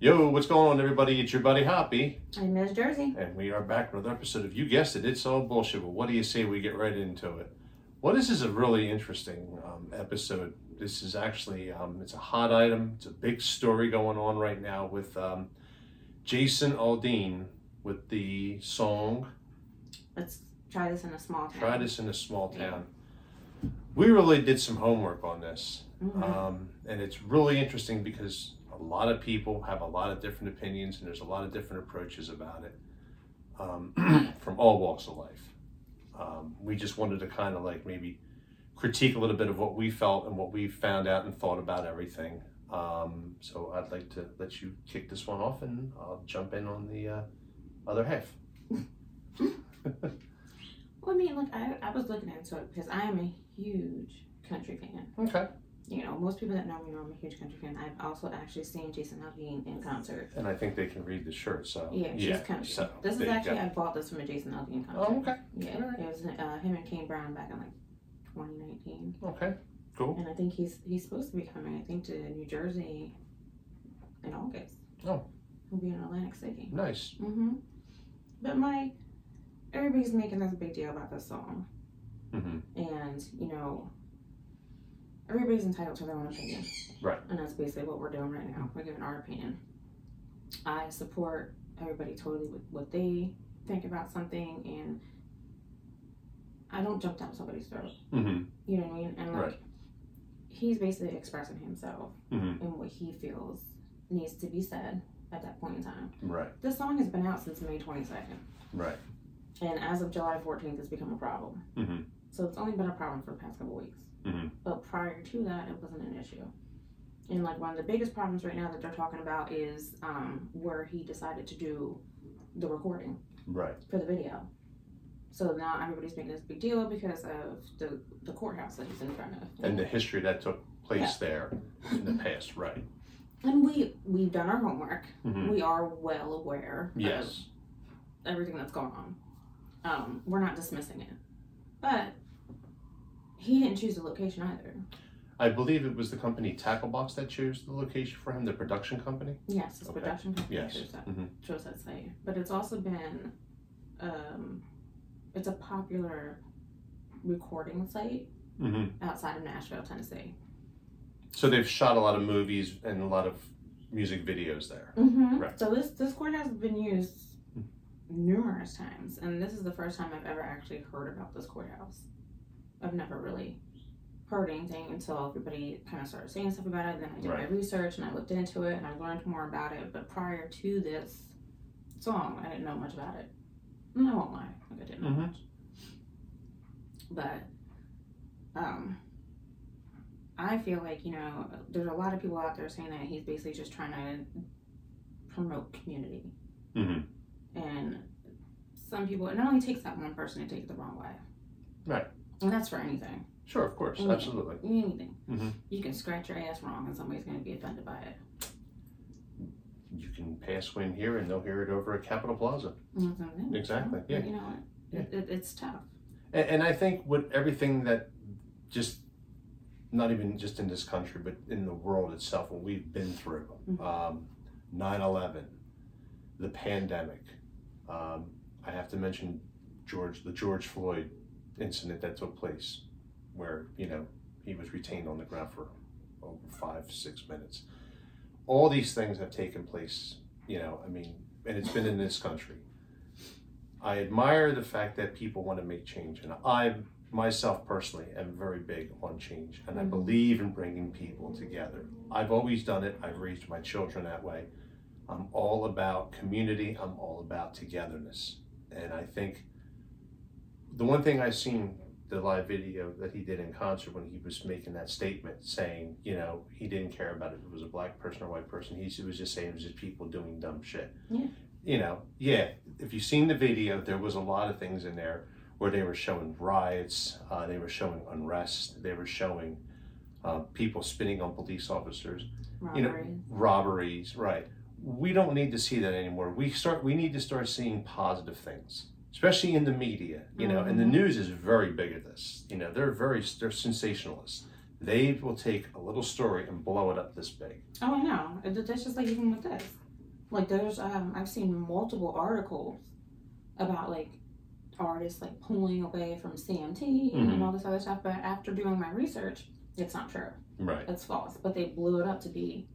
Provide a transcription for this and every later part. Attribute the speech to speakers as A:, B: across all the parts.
A: Yo, what's going on, everybody? It's your buddy Hoppy,
B: And Ms. Jersey.
A: and we are back with another episode of You Guessed It, It's All Bullshit. But what do you say we get right into it? Well, this is a really interesting um, episode. This is actually um, it's a hot item. It's a big story going on right now with um, Jason Aldean with the song
B: Let's try this in a small town.
A: Try this in a small town. We really did some homework on this.
B: Mhm.
A: Um, and it's really interesting because a lot of people have a lot of different opinions and there's a lot of different approaches about it um, from all walks of life. Um, we just wanted to kind of like maybe critique a little bit of what we felt and what we found out and thought about everything. Um, so I'd like to let you kick this one off and I'll jump in on the uh, other half.
B: Well, I mean, like, I, I was looking into it because I am a huge country fan.
A: Okay.
B: You know, most people that know me know I'm a huge country fan. I've also actually seen Jason Aldean in concert.
A: And I think they can read the shirt. So
B: Yeah, she's country.
A: So
B: This
A: there
B: is
A: you
B: actually,
A: go.
B: I bought this from a Jason Aldean concert.
A: Oh, okay.
B: Yeah,
A: Alright.
B: it was uh, him and Kane Brown back in like 2019.
A: Okay. Cool.
B: And I think he's he's supposed to be coming, I think, to New Jersey in August.
A: Oh.
B: He'll be in Atlantic City.
A: Nice.
B: hmm But my everybody's making this big deal about this song,
A: hmm
B: and you know, everybody's entitled to their own opinion.
A: Right.
B: And that's basically what we're doing right now. We're giving our opinion. I support everybody totally with what they think about something, and I don't jump down somebody's throat.
A: hmm
B: You know what I mean? And like,
A: Right.
B: he's basically expressing himself
A: hmm
B: and what he feels needs to be said at that point in time.
A: Right.
B: This song has been out since May twenty second.
A: Right.
B: And as of July 14th, it's become a problem.
A: Mhm.
B: So it's only been a problem for the past couple weeks.
A: Mhm.
B: But prior to that, it wasn't an issue. And like one of the biggest problems right now that they're talking about is um, where he decided to do the recording
A: Right.
B: for the video. So now everybody's making this big deal because of the, the courthouse that he's in front of.
A: And the history that took place there in the past. Right.
B: And we we've done our homework.
A: hmm
B: We are well aware of
A: Yes.
B: everything that's going on. Um, we're not dismissing it, but he didn't choose the location either.
A: I believe it was the company Tacklebox that chose the location for him, the production company.
B: Yes, his
A: Okay.
B: production company
A: Yes.
B: chose that
A: hmm
B: chose that site, but it's also been, um, it's a popular recording site
A: hmm
B: outside of Nashville, Tennessee.
A: So they've shot a lot of movies and a lot of music videos there.
B: Mm-hmm.
A: Right.
B: So this this courthouse has been used numerous times, and this is the first time I've ever actually heard about this courthouse. I've never really heard anything until everybody kind of started saying stuff about it. And then I did my
A: Right.
B: research and I looked into it and I learned more about it. But prior to this song, I didn't know much about it. And I won't lie, like I didn't know
A: Mhm.
B: much. But um, I feel like you know, there's a lot of people out there saying that he's basically just trying to promote community,
A: hmm
B: and some people it not only takes that one person to take it the wrong way,
A: Right.
B: And that's for anything,
A: Sure. Of course.
B: Mhm.
A: Absolutely.
B: anything.
A: Mhm.
B: You can scratch your ass wrong, and somebody's going to be offended by it.
A: You can pass wind here and they'll hear it over at Capitol Plaza.
B: And that's what I'm saying.
A: Exactly, yeah.
B: You know, it, it, it's tough.
A: And, and I think with everything that just, not even just in this country, but in the world itself, what we've been through
B: Mhm.
A: um, 9 11, the pandemic, um, I have to mention George, the George Floyd incident that took place, where, you know, he was retained on the ground for over five, six minutes. All these things have taken place, you know, I mean, and it's been in this country. I admire the fact that people want to make change, and I myself personally am very big on change, and I
B: Mhm.
A: believe in bringing people together. I've always done it. I've raised my children that way. I'm all about community. I'm all about togetherness, and I think the one thing I've seen the live video that he did in concert when he was making that statement, saying, you know, he didn't care about if it was a black person or white person. He was just saying it was just people doing dumb shit.
B: Yeah.
A: You know, yeah. If you've seen the video, there was a lot of things in there where they were showing riots, uh, they were showing unrest, they were showing uh, people spitting on police officers You know-
B: Robbery.
A: robberies, right? We don't need to see that anymore. We start we need to start seeing positive things, especially in the media, you know, and the
B: Mhm.
A: news is very big at this. You know, they're very they're sensationalists. They will take a little story and blow it up this big.
B: Oh, I know. It- That's just like even with this. Like there's, um, I've seen multiple articles about like artists like pulling away from CMT
A: Mhm.
B: and all this other stuff. But after doing my research, it's not true.
A: Right.
B: It's false. But they blew it up to be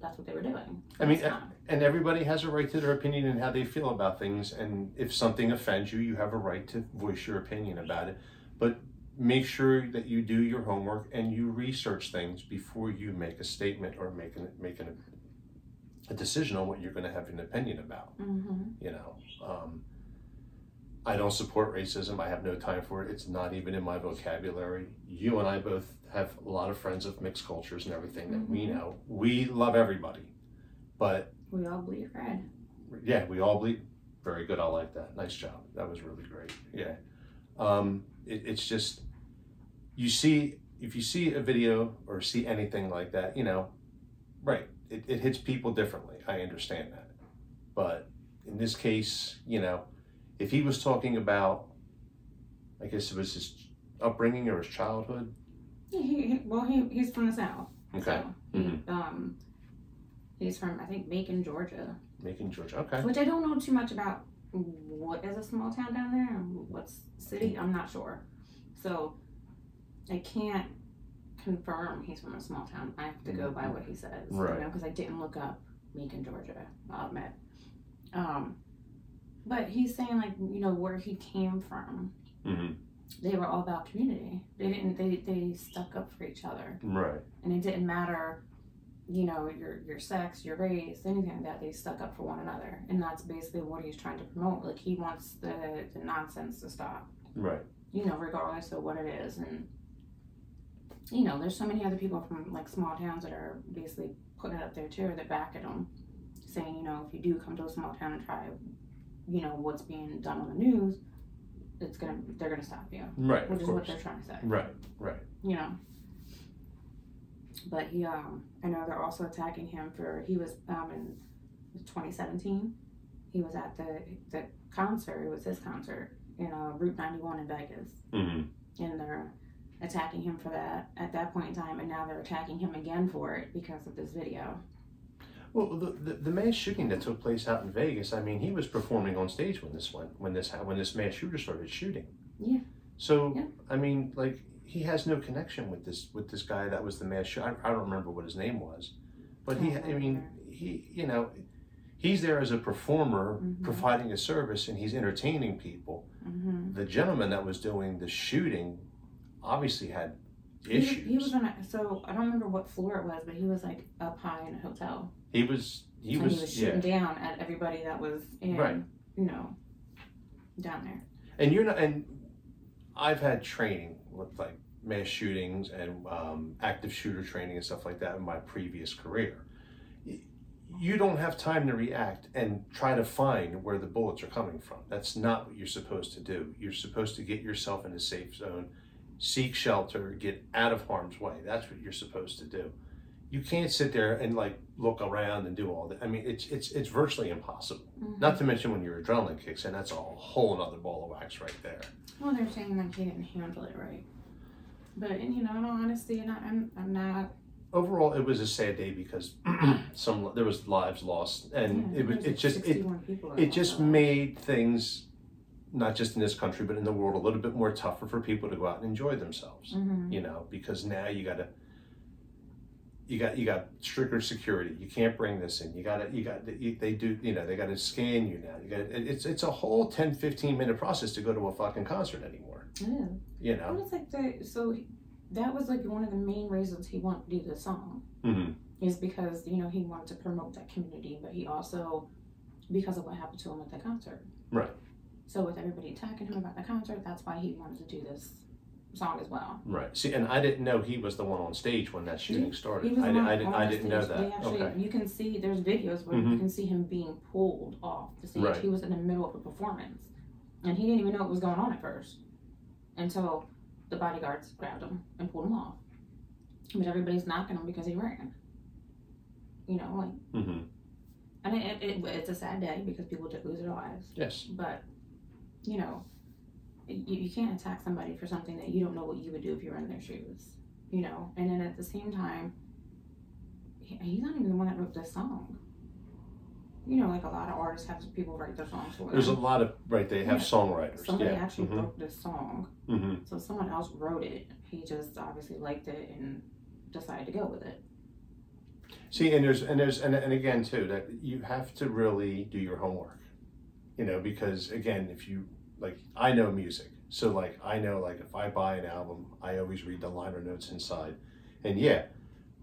B: that's what they were doing.
A: I mean, uh,
B: It's not.
A: And everybody has a right to their opinion and how they feel about things. And if something offends you, you have a right to voice your opinion about it. But make sure that you do your homework and you research things before you make a statement or make an, make an, a decision on what you're going to have an opinion about.
B: Mhm.
A: you know um, i don't support racism i have no time for it it's not even in my vocabulary you and i both have a lot of friends of mixed cultures and everything that we
B: Mhm.
A: know we love everybody but
B: We all bleed red.
A: yeah we all bleed very good i like that nice job that was really great yeah um, it, it's just you see if you see a video or see anything like that you know right it, it hits people differently i understand that but in this case you know if he was talking about i guess it was his upbringing or his childhood
B: Yeah, He, he, well, he, he's from the south.
A: okay Mm-hmm.
B: So he, um, he's from I think Macon, Georgia,
A: making george okay
B: which I don't know too much about. What is a small town down there? and What's city?
A: Hmm.
B: I'm not sure. So I can't confirm he's from a small town. I have to go by what he says,
A: Right.
B: You know, because I didn't look up Macon, Georgia. I'll admit. Um, but he's saying like you know where he came from.
A: hmm
B: They were all about community. They didn't. They they stuck up for each other
A: right
B: and it didn't matter you know your your sex your race anything like that they stuck up for one another and that's basically what he's trying to promote like he wants the, the nonsense to stop
A: right
B: you know regardless of what it is and you know there's so many other people from like small towns that are basically putting it up there too or they're back at them saying you know if you do come to a small town and try you know what's being done on the news it's gonna they're gonna stop you
A: right
B: which
A: of
B: is what
A: course
B: they're trying to say
A: right
B: you know. But he, um, I know they're also attacking him for he was um in 2017. He was at the the concert. It was his concert in uh, Route 91 in Vegas,
A: hmm
B: and they're attacking him for that at that point in time, and now they're attacking him again for it because of this video.
A: Well, the, the the mass shooting that took place out in Vegas. I mean, he was performing on stage when this went when this ha- when this mass shooter started shooting.
B: Yeah.
A: So
B: Yeah.
A: I mean, like he has no connection with this with this guy that was the mass shooter. I, I don't remember what his name was, but he. I mean, he you know, he's there as a performer
B: Mhm.
A: providing a service and he's entertaining people.
B: Mm-hmm.
A: The gentleman that was doing the shooting obviously had
B: He, was-
A: issues.
B: he was on a, so I don't remember what floor it was, but he was like up high in a hotel.
A: He was. He
B: and
A: was.
B: he was
A: yeah.
B: shooting down at everybody that was in,
A: Right.
B: you know, down there.
A: and you're not and i've had training with like mass shootings and um, active shooter training and stuff like that in my previous career Y- you don't have time to react and try to find where the bullets are coming from that's not what you're supposed to do you're supposed to get yourself in a safe zone seek shelter get out of harm's way that's what you're supposed to do you can't sit there and like look around and do all that i mean it's it's it's virtually impossible not to mention when your adrenaline kicks in, that's a whole other ball of wax right there.
B: Well, they're saying like he didn't handle it right. But and, you know, in all honesty, and I, I'm I'm not.
A: Overall, it was a sad day because some there was lives lost, and
B: yeah,
A: it was
B: there's
A: it just it
B: 61 people that
A: it
B: lost
A: just
B: their lives.
A: made things not just in this country but in the world a little bit more tougher for people to go out and enjoy themselves.
B: Mhm.
A: You know, because now you gotta you got you got stricter security. You can't bring this in. You gotta you got you, they do you know they gotta scan you now. You got it's it's a whole 10, 15 minute process to go to a fucking concert anymore.
B: Yeah.
A: You
B: It
A: know.
B: was like the so he- that was like one of the main reasons he wanted to do the song
A: Mm-hmm.
B: is because you know he wanted to promote that community, but he also because of what happened to him at the concert.
A: Right.
B: So with everybody attacking him about the concert, that's why he wanted to do this song as well.
A: Right. See, and I didn't know he was the one on stage when that shooting
B: He
A: started.
B: was
A: I,
B: on-
A: did, I, did,
B: on
A: I
B: the
A: didn't know
B: stage. They
A: that.
B: actually,
A: Okay.
B: you can see there's videos where
A: Mhm.
B: you can see him being pulled off the stage.
A: Right.
B: He was in the middle of a performance, and he didn't even know what was going on at first, until the bodyguards grabbed him and pulled him off. But everybody's knocking him because he ran. You know, like
A: hmm
B: I mean, it, it, it's a sad day because people did lose their lives,
A: Yes.
B: but you know, you, you can't attack somebody for something that you don't know what you would do if you were in their shoes. you know, and then at the same time, he, he's not even the one that wrote this song. You know, like a lot of artists have people write their songs for
A: There's a
B: them.
A: lot of right. They have
B: Yeah.
A: songwriters.
B: Somebody
A: yeah.
B: actually
A: hmm
B: wrote this song,
A: hmm
B: so someone else wrote it. He just obviously liked it and decided to go with it.
A: See, and there's and there's and, and again too that you have to really do your homework. You know, because again, if you like, I know music, so like I know like if I buy an album, I always read the liner notes inside, and yeah,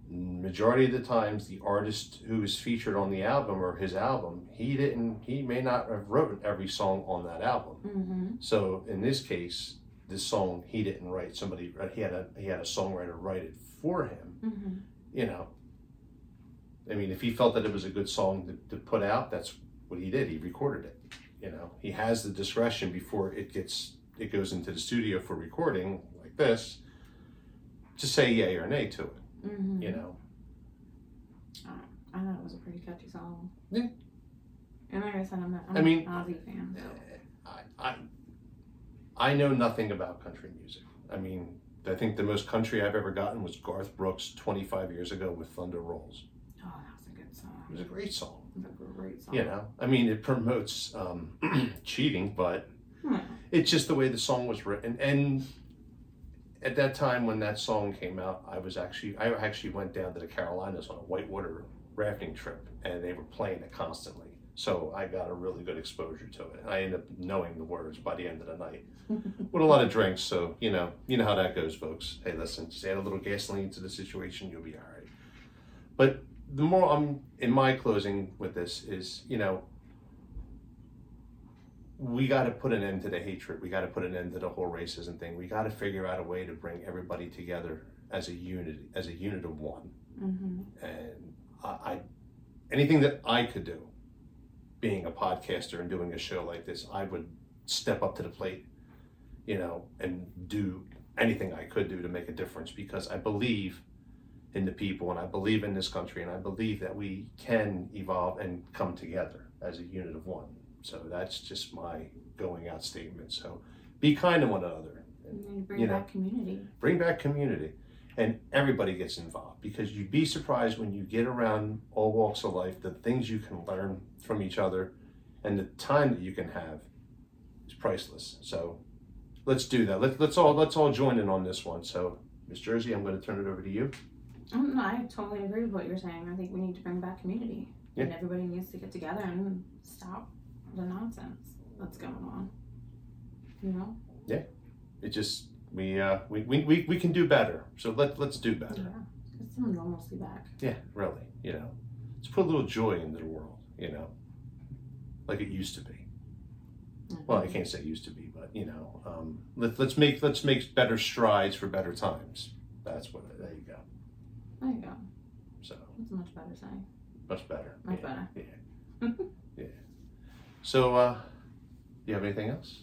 A: majority of the times the artist who is featured on the album or his album, he didn't, he may not have written every song on that album.
B: Mm-hmm.
A: So in this case, this song he didn't write. Somebody uh, he had a he had a songwriter write it for him
B: Mm-hmm.
A: you know, I mean, if he felt that it was a good song to, to put out, that's what he did. He recorded it. You know, he has the discretion before it gets it goes into the studio for recording like this to say yay or nay to it.
B: Mm-hmm.
A: You know,
B: I thought it was a pretty catchy song.
A: Yeah.
B: And like I said, I'm, not, I'm
A: I mean-
B: an Ozzy fan. So.
A: I I, I know nothing about country music. I mean. I think the most country I've ever gotten was Garth Brooks 25 years ago with Thunder Rolls.
B: Oh, that was a good song.
A: It was a great song.
B: It was a great song.
A: You know, I mean, it promotes um, cheating, but
B: Hmm.
A: it's just the way the song was written and at that time when that song came out i was actually i actually went down to the carolinas on a whitewater rafting trip and they were playing it constantly so i got a really good exposure to it and i ended up knowing the words by the end of the night with a lot of drinks so you know you know how that goes folks hey listen just add a little gasoline to the situation you'll be all right but the more i'm in my closing with this is you know we got to put an end to the hatred. We got to put an end to the whole racism thing. We got to figure out a way to bring everybody together as a unit, as a unit of one.
B: Mm-hmm.
A: And I, I anything that I could do, being a podcaster and doing a show like this, I would step up to the plate, you know, and do anything I could do to make a difference because I believe in the people and I believe in this country and I believe that we can evolve and come together as a unit of one. So that's just my going out statement. So be kind to one another and
B: And then bring
A: You know.
B: back community.
A: bring back community and everybody gets involved because you'd be surprised when you get around all walks of life the things you can learn from each other and the time that you can have is priceless so let's do that let's, let's all let's all join in on this one so miss jersey i'm going to turn it over to you
B: I don't know, Um, I totally agree with what you're saying. I think we need to bring back community. And everybody needs to get together and stop the nonsense that's going on. You know?
A: it just we uh we we, we, we can do better so let, let's do better
B: Yeah. Get some normalcy back.
A: yeah really you know let's put a little joy into the world you know like it used to be well, I can't say used to be, but you know, um, let, let's make let's make better strides for better times. That's what. There you go.
B: There you go.
A: So
B: That's a much better saying.
A: much better.
B: Much
A: yeah.
B: better.
A: So, uh, you have anything else?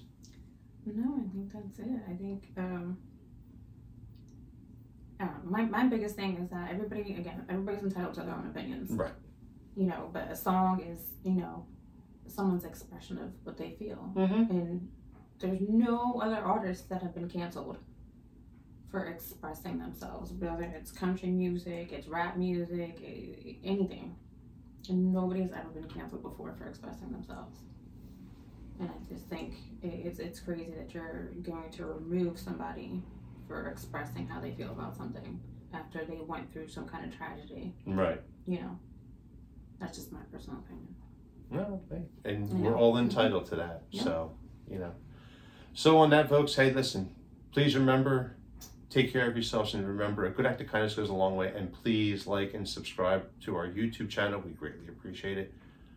B: No, I think that's it. I think um, I don't know. my my biggest thing is that everybody again, everybody's entitled to their own opinions,
A: Right.
B: You know, but a song is you know someone's expression of what they feel,
A: Mm-hmm.
B: and there's no other artists that have been canceled for expressing themselves, whether it's country music, it's rap music, a- anything. And nobody's ever been canceled before for expressing themselves. And I just think i- it's it's crazy that you're going to remove somebody for expressing how they feel about something after they went through some kind of tragedy.
A: Right.
B: You know, that's just my personal opinion.
A: No. Hey. And
B: Yeah.
A: we're all entitled to that.
B: Yeah.
A: So you know. So on that, folks. Hey, listen. Please remember, take care of yourselves, and remember, a good act of kindness goes a long way. And please like and subscribe to our YouTube channel. We greatly appreciate it.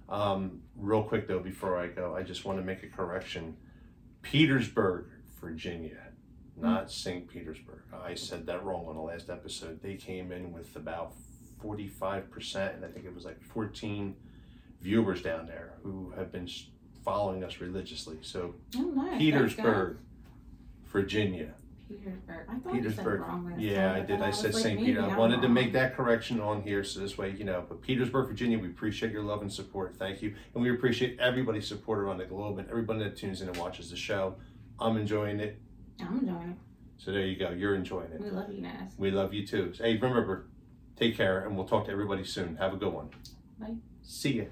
A: Um, real quick though, before I go, I just want to make a correction. Petersburg, Virginia, not St. Petersburg. I said that wrong on the last episode. They came in with about 45%, and I think it was like 14 viewers down there who have been s- following us religiously. So,
B: Oh, nice. Thanks, guys.
A: Petersburg, Virginia.
B: Petersburg. I thought
A: Petersburg.
B: you said wrong last
A: Yeah,
B: time,
A: I
B: but
A: did.
B: then
A: I
B: was
A: said
B: like,
A: St.
B: maybe
A: Peter. I
B: I'm
A: wanted to
B: wrong.
A: make that correction on here so this way, you know, but Petersburg, Virginia, we appreciate your love and support. Thank you. And we appreciate everybody's support around the globe and everybody that tunes in and watches the show. I'm enjoying it.
B: I'm enjoying it.
A: So there you go. You're enjoying it.
B: We love you, Naz.
A: We love you too. Hey, remember, take care, and we'll talk to everybody soon. Have a good one.
B: Bye.
A: See ya.